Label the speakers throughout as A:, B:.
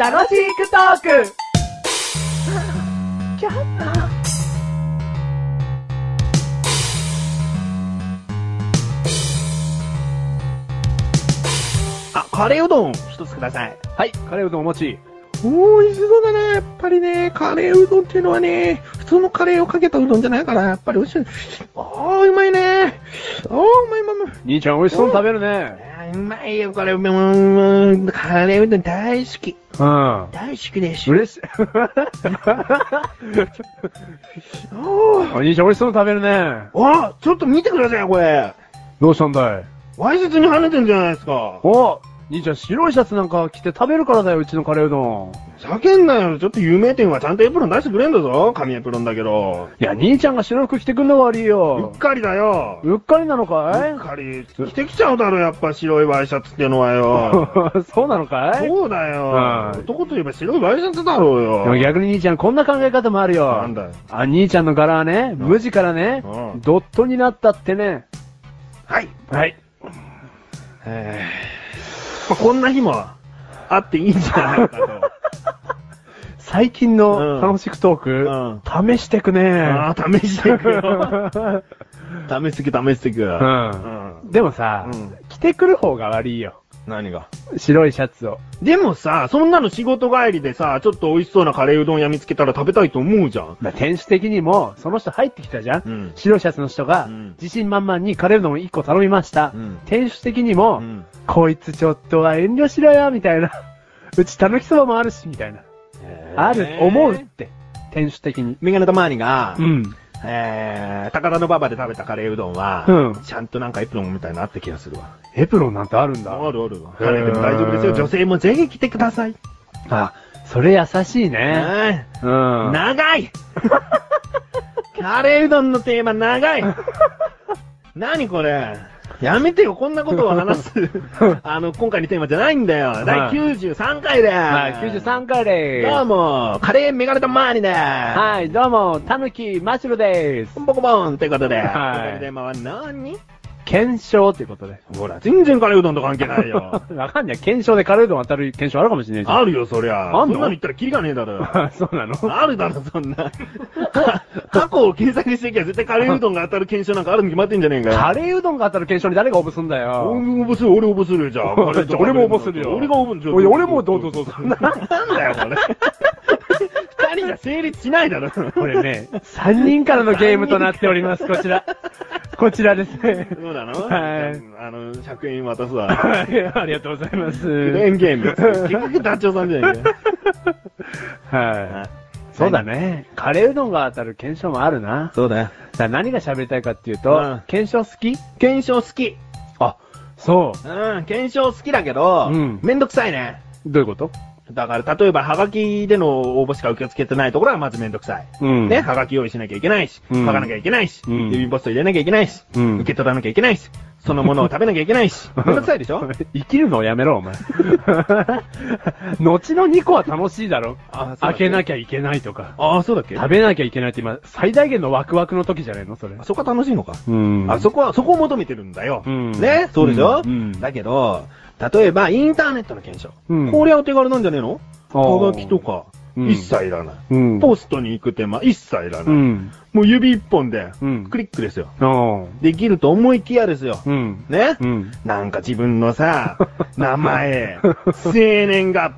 A: 楽しくトーク
B: あ、カレーうどん一つください。
C: はい。
B: カレーうどんお持ち。おー、美味しそうだな、やっぱりね。カレーうどんっていうのはね、普通のカレーをかけたうどんじゃないから、やっぱり美味しい。あー、うまいね。あー、うまいうまいうまい。
C: 兄ちゃん美味しそうに食べるね。
B: あーうまいよ、これ。うんうんうんカレーうどん大好き。
C: うん。
B: 大好きです。
C: 嬉しい。
B: おー
C: お兄ちゃん美味しそうに食べるね。
B: あ、ちょっと見てください、これ。
C: どうしたんだい
B: わいせつに跳ねてんじゃないですか。
C: お兄ちゃん白いシャツなんか着て食べるからだよ、うちのカレーうどん。
B: 叫んなよ。ちょっと有名店はちゃんとエプロン出してくれんだぞ。紙エプロンだけど。
C: いや、兄ちゃんが白い服着てくんのが悪いうよ
B: っ。かりだよ。
C: うっかりなの
B: う
C: か
B: っかり。着てきちゃうだろ、やっぱ白いワイシャツってのは よ。
C: いそうなのかい
B: そうだよ
C: は。い
B: 男といえば白いワイシャツだろう
C: でも
B: よ。
C: 逆に兄ちゃんこんな考え方もあるよ。
B: なんだよ。
C: あ、兄ちゃんの柄はね、
B: うん
C: 無地からね、
B: うん
C: ドットになったってね。
B: はい。
C: はい。
B: えーまあこんな日もあっていいんじゃないかと。
C: 最近
B: うん
C: の楽しくトーク、試してくね。
B: ああ、試していくよ。 試してく、試してく。
C: う。
B: うんん。
C: でもさ、
B: うん
C: 着てくる方が悪いよ。
B: 何が
C: 白いシャツを。
B: でもさ、そんなの仕事帰りでさ、ちょっと美味しそうなカレーうどん屋見つけたら食べたいと思うじゃん。
C: まあ、店主的にも、その人入ってきたじゃん、
B: うん
C: 白いシャツの人が、
B: うん
C: 自信満々にカレーうどん1個頼みました。
B: うん
C: 店主的にも、
B: うん
C: こいつちょっとは遠慮しろよ、みたいな。 うちたぬきそばもあるし、みたいな。ある、思うって。店主的に。
B: メガネたまわりが、
C: うん。
B: えー、高田の馬場で食べたカレーうどんは、
C: うん
B: ちゃんとなんかエプロンみたいなのあった気がするわ。
C: エプロンなんてあるんだ。
B: あるある。カレーでも大丈夫ですよ。女性もぜひ来てください。
C: あ、それ優しいね。
B: ね
C: うん。
B: 長 いカレーうどんのテーマ 長い何これやめてよ、こんなことを話 す。あの、今回のテーマじゃないんだよ。第
C: はい
B: 93回で、
C: はい、93回です。
B: どうも、カレーメガネたまーにでは
C: はい、どうも、たぬきましろです
B: い。。ボコボンってことで、
C: はい
B: 今回のテーマは何
C: 検証ってことで。
B: ほら、全然カレーうどんと関係ない よ。
C: わかんない。検証でカレーうどん当たる検証あるかもしれないじゃん。
B: あるよ、そりゃ。
C: あん
B: そん
C: の
B: なの言ったらキリがねえだろ。
C: あそうなの
B: あるだろ、そんな。 過去を検索していきゃ絶対カレーうどんが当たる検証なんかあるに決まってんじゃねえかよ。
C: カレーうどんが当たる検証に誰が応募すんだ
B: 俺
C: よ。
B: も応募する、俺応募するじゃあ。
C: 俺も俺も応募するよ
B: 俺が応募する。
C: おい俺もどうぞどうぞ
B: ななんだよ、これ。二人が成立しないだろ。そ
C: これね、3人からのゲームとなっております、こち ら。こちらですね。
B: うなの
C: はい
B: あの、100円渡すわ。
C: はい、ありがとうございます。
B: クレーンゲーム。結局、ダチョウさんじゃねえ
C: は
B: か
C: い。そうだね。カレーうどんが当たる検証もあるな。
B: そうだよ。
C: さあ何が喋りたいかっていう
B: う
C: と
B: ん、
C: 検証好き
B: 検証好き。
C: あ、そ
B: うん、検証好きだけど、
C: うん
B: めんどくさいね。
C: う。どういうこと
B: だから、例えば、はがきでの応募しか受け付けてないところはまずめんどくさい。
C: うん
B: ね、はがき用意しなきゃいけないし、
C: うん
B: 書かなきゃいけないし、
C: うん
B: 郵便ポスト入れなきゃいけないし、
C: うん
B: 受け取らなきゃいけないし、そのものを食べなきゃいけない し、めんどくさいでしょ
C: 生きるのをやめろ、お前。 後の2個は楽しいだろ。
B: あそうだ
C: 開けな
B: き
C: きゃいけないとか。
B: ゃ。ああ、そうだっけ
C: 食べなきゃいけないって今、最大限のワクワクの時じゃないのそれ。
B: そこは楽しいのか。
C: うん
B: あ、そこは、そこを求めてるんだよ。
C: うん
B: ねそうでしょ、
C: うんうん
B: だけど、例えば、インターネットの検証。
C: うん
B: これはお手軽なんじゃねえの
C: あー
B: はがきとか、
C: うん
B: 一切いらない。
C: うん
B: ポストに行く手間、一切いらない。
C: うん。
B: もう指一本で
C: うん、
B: クリックですよ。
C: あ
B: できると思いきやですよ。
C: うん。
B: ね、
C: うん。
B: なんか自分の さ、名前、生年月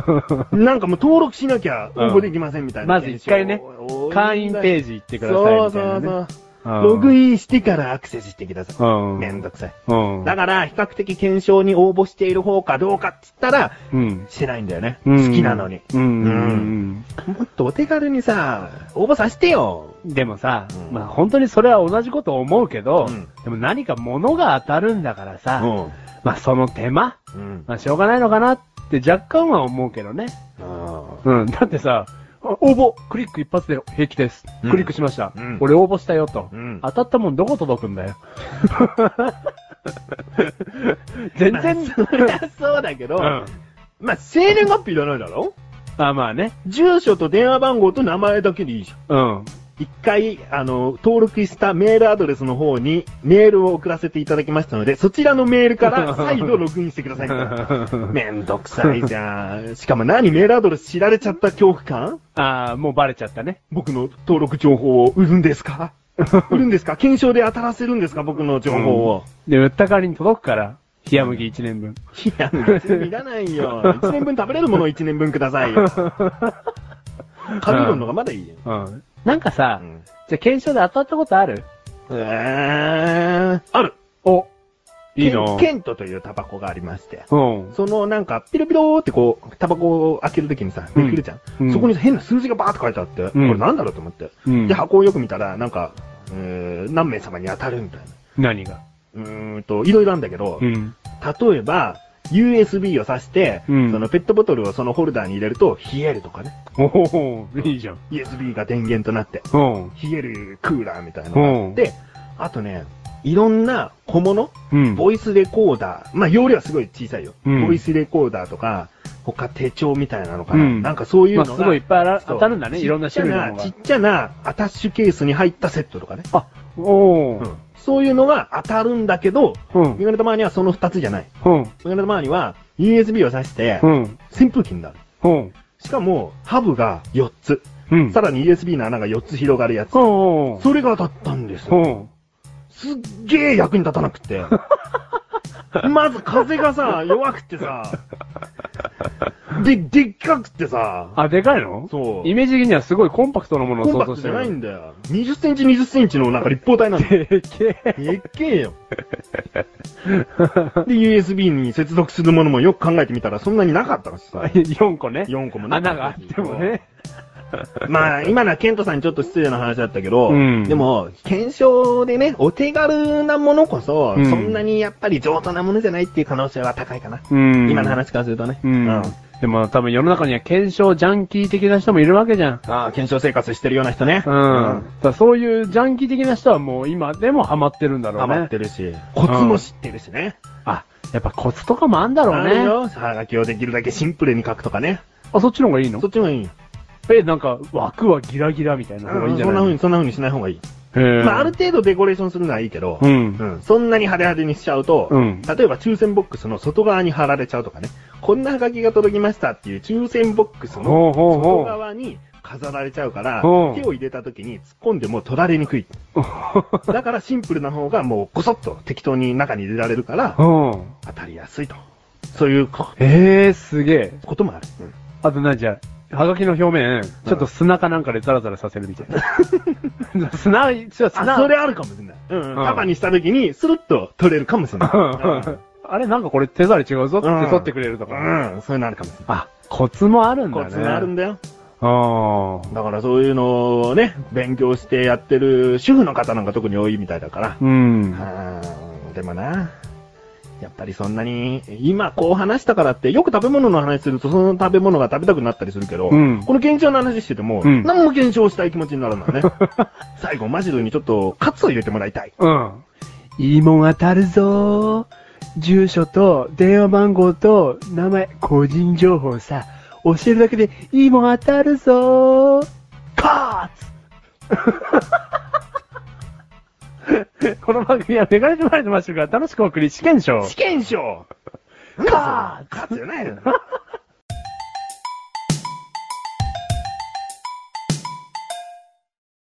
B: 日、なんかもう登録しなきゃ応募できませんみたいな。
C: まず一回ね
B: 多いん、だよ
C: 会員ページ行ってくださいみたいな
B: そ
C: ね。
B: うそうそう。
C: うん
B: ログインしてからアクセスしてくださ
C: う
B: い。
C: ん。
B: めんどくさい。
C: うん。
B: だから、比較的検証に応募している方かどうかっつったら、
C: うん。
B: してないんだよね。
C: うん
B: 好きなのに。
C: うん。
B: う
C: うんん。
B: もっとお手軽にさ、応募させてよ。
C: でもさ、
B: うん
C: まあ本当にそれは同じこと思うけど
B: うん、
C: でも何か物が当たるんだからさ、
B: う
C: まあその手間、
B: ん。
C: まあしょうがないのかなって若干は思うけどね。
B: あ
C: うん。だってさ、あ応募、クリック一発で平気です。
B: うん
C: クリックしました。
B: うん
C: 俺応募したよと、
B: うん
C: 当たったもんどこ届くん だよ。全然、
B: ー そりゃそうだけど、
C: うん。
B: まあ、生年月日いらないだろ
C: あ、まあね。
B: 住所と電話番号と名前だけでいいじゃん。
C: うん。
B: 一回、あの、登録したメールアドレスの方にメールを送らせていただきましたので、そちらのメール から再度ログインしてくださいみたいな。めんどくさいじゃん。しかも何メールアドレス知られちゃった恐怖感
C: ああ、もうバレちゃったね。
B: 僕の登録情報を売るんですか売るんですか検証で当たらせるんですか僕の情報を。
C: で、売った代わりに届くから、冷や麦1年分。
B: いや、別にいらない よ。1年分食べれるものを1年分くださいよ。紙ののがまだいいよ。
C: うん。なんかさ、
B: うん
C: じゃあ検証で当たったことある
B: えー、ある
C: お、いい
B: ケン
C: の
B: ケントというタバコがありまして。
C: うん。
B: そのなんか、ピロピローってこう、タバコを開けるときにさ、
C: うん
B: めくるじゃん,、
C: うん
B: そこに変な数字がバーって書いてあって、これなんだろうと思って。
C: うん
B: で、箱をよく見たら、なんか、うーん何名様に当たるみたいな。
C: 何が
B: うーんと、いろいろあるんだけど、
C: うん。
B: 例えば、USB を挿して、
C: うん
B: そのペットボトルをそのホルダーに入れると、冷えるとかね。
C: おおいいじゃん。
B: USB が電源となって、
C: うん。
B: 冷えるクーラーみたいなのがあって、あとね、いろんな小物、
C: うん。
B: ボイスレコーダー。まあ、容量はすごい小さいよ。
C: うん
B: ボイスレコーダーとか、他手帳みたいなのかな。
C: うん
B: なんかそういう
C: ま
B: の
C: あ、
B: が。
C: すごいいっぱいあら
B: そう
C: 当たるんだね。いろんな種類のもの
B: ちっちゃ
C: が。
B: な、ちっちゃなアタッシュケースに入ったセットとかね。
C: あ、お
B: う
C: ー
B: んそういうのが当たるんだけど、
C: うん
B: メ。ガネタマーにはその二つじゃない。
C: うん。
B: メガネタマーには USB を挿して
C: う、ん。
B: 扇風機になる。
C: うん。
B: しかも、ハブが4つ。
C: うん。
B: さらに USB の穴が4つ広がるやつ
C: う。ん。
B: それが当たったんです
C: う
B: よ。
C: ん。
B: すっげえ役に立たなく て。まず風がさ、弱くてさ、で、でっかくてさ、
C: あ、でかいの
B: そう
C: イメージ的にはすごいコンパクトなものを
B: コン
C: 想
B: パ
C: 像
B: ク
C: し
B: ト
C: て
B: じゃ
C: る。
B: ないんだよ。20センチ20センチのなんか立方体なんだよ。
C: でけえ。
B: でっけえよ。で、USB に接続するものもよく考えてみたらそんなになかったんです よ。
C: 4個ね。
B: 4個もなか
C: 穴
B: った
C: があってもね。
B: まあ、今のはケントさんにちょっと失礼な話だったけど、
C: うん
B: でも、検証でね、お手軽なものこそ、
C: うん
B: そんなにやっぱり上等なものじゃないっていう可能性は高いかな。
C: うん
B: 今の話からするとね。
C: うん。でも多分世の中には検証ジャンキー的な人もいるわけじゃん。
B: ああ、検証生活してるような人ね。
C: うん。だからそういうジャンキー的な人はもう今でもハマってるんだろう
B: ハ
C: ね。
B: マってるし、コツも知ってるしね。
C: あ、やっぱコツとかもあんだろ
B: ある
C: うね。
B: よ。はがきをできるだけシンプルに書くとかね。
C: あ、そっちの方がいいの
B: そっちもいいよ。
C: え、なんか枠はギラギラみたいな方がいいんじゃ
B: そん
C: な
B: ない風に、そんな風にしない方がいい。
C: へえ。
B: まあ、ある程度デコレーションするのはいいけど、
C: うん。
B: うんそんなに派手派手にしちゃうと、
C: うん
B: 例えば抽選ボックスの外側に貼られちゃうとかね、こんなハガキが届きましたっていう抽選ボックスの
C: ほうほう
B: 外
C: ほ
B: 側に飾られちゃうから、
C: うん
B: 手を入れた時に突っ込んでも取られにくい。だからシンプルな方がもうごそっと適当に中に入れられるから、
C: う。うん。
B: 当たりやすいと。そういうこ
C: へえ、すげえ。
B: こともある。うん
C: あとな、じゃあ、はがきの表面、ちょっと砂かなんかでザラザラさせるみたいな。砂、ちょ砂。
B: あ、それあるかもしれない。うん
C: うん
B: 束にした時にスルッと取れるかもしれない。
C: うんあれなんかこれ手触り違うぞって 取ってくれるとか。
B: うん、そういうのあるかもしれない。
C: あ、コツもあるんだ
B: コ
C: ね。
B: ツがあるんだよ。
C: ああ。
B: だからそういうのをね、勉強してやってる主婦の方なんか特に多いみたいだから。
C: うん。
B: あーでもな、やっぱりそんなに、今こう話したからって、よく食べ物の話するとその食べ物が食べたくなったりするけど、
C: うん
B: この検証の話してても、
C: うん
B: 何も検証したい気持ちになら ないね。最後、マジドにちょっとカツを入れてもらいたい。
C: うん。いいもん当たるぞー。住所と電話番号と名前、個人情報さ、教えるだけでいいもん当たるぞー。カーツこの番組はメガネとマリのマッシュルが楽しくお送り試験賞。
B: 試験賞
C: カ
B: カツじゃないの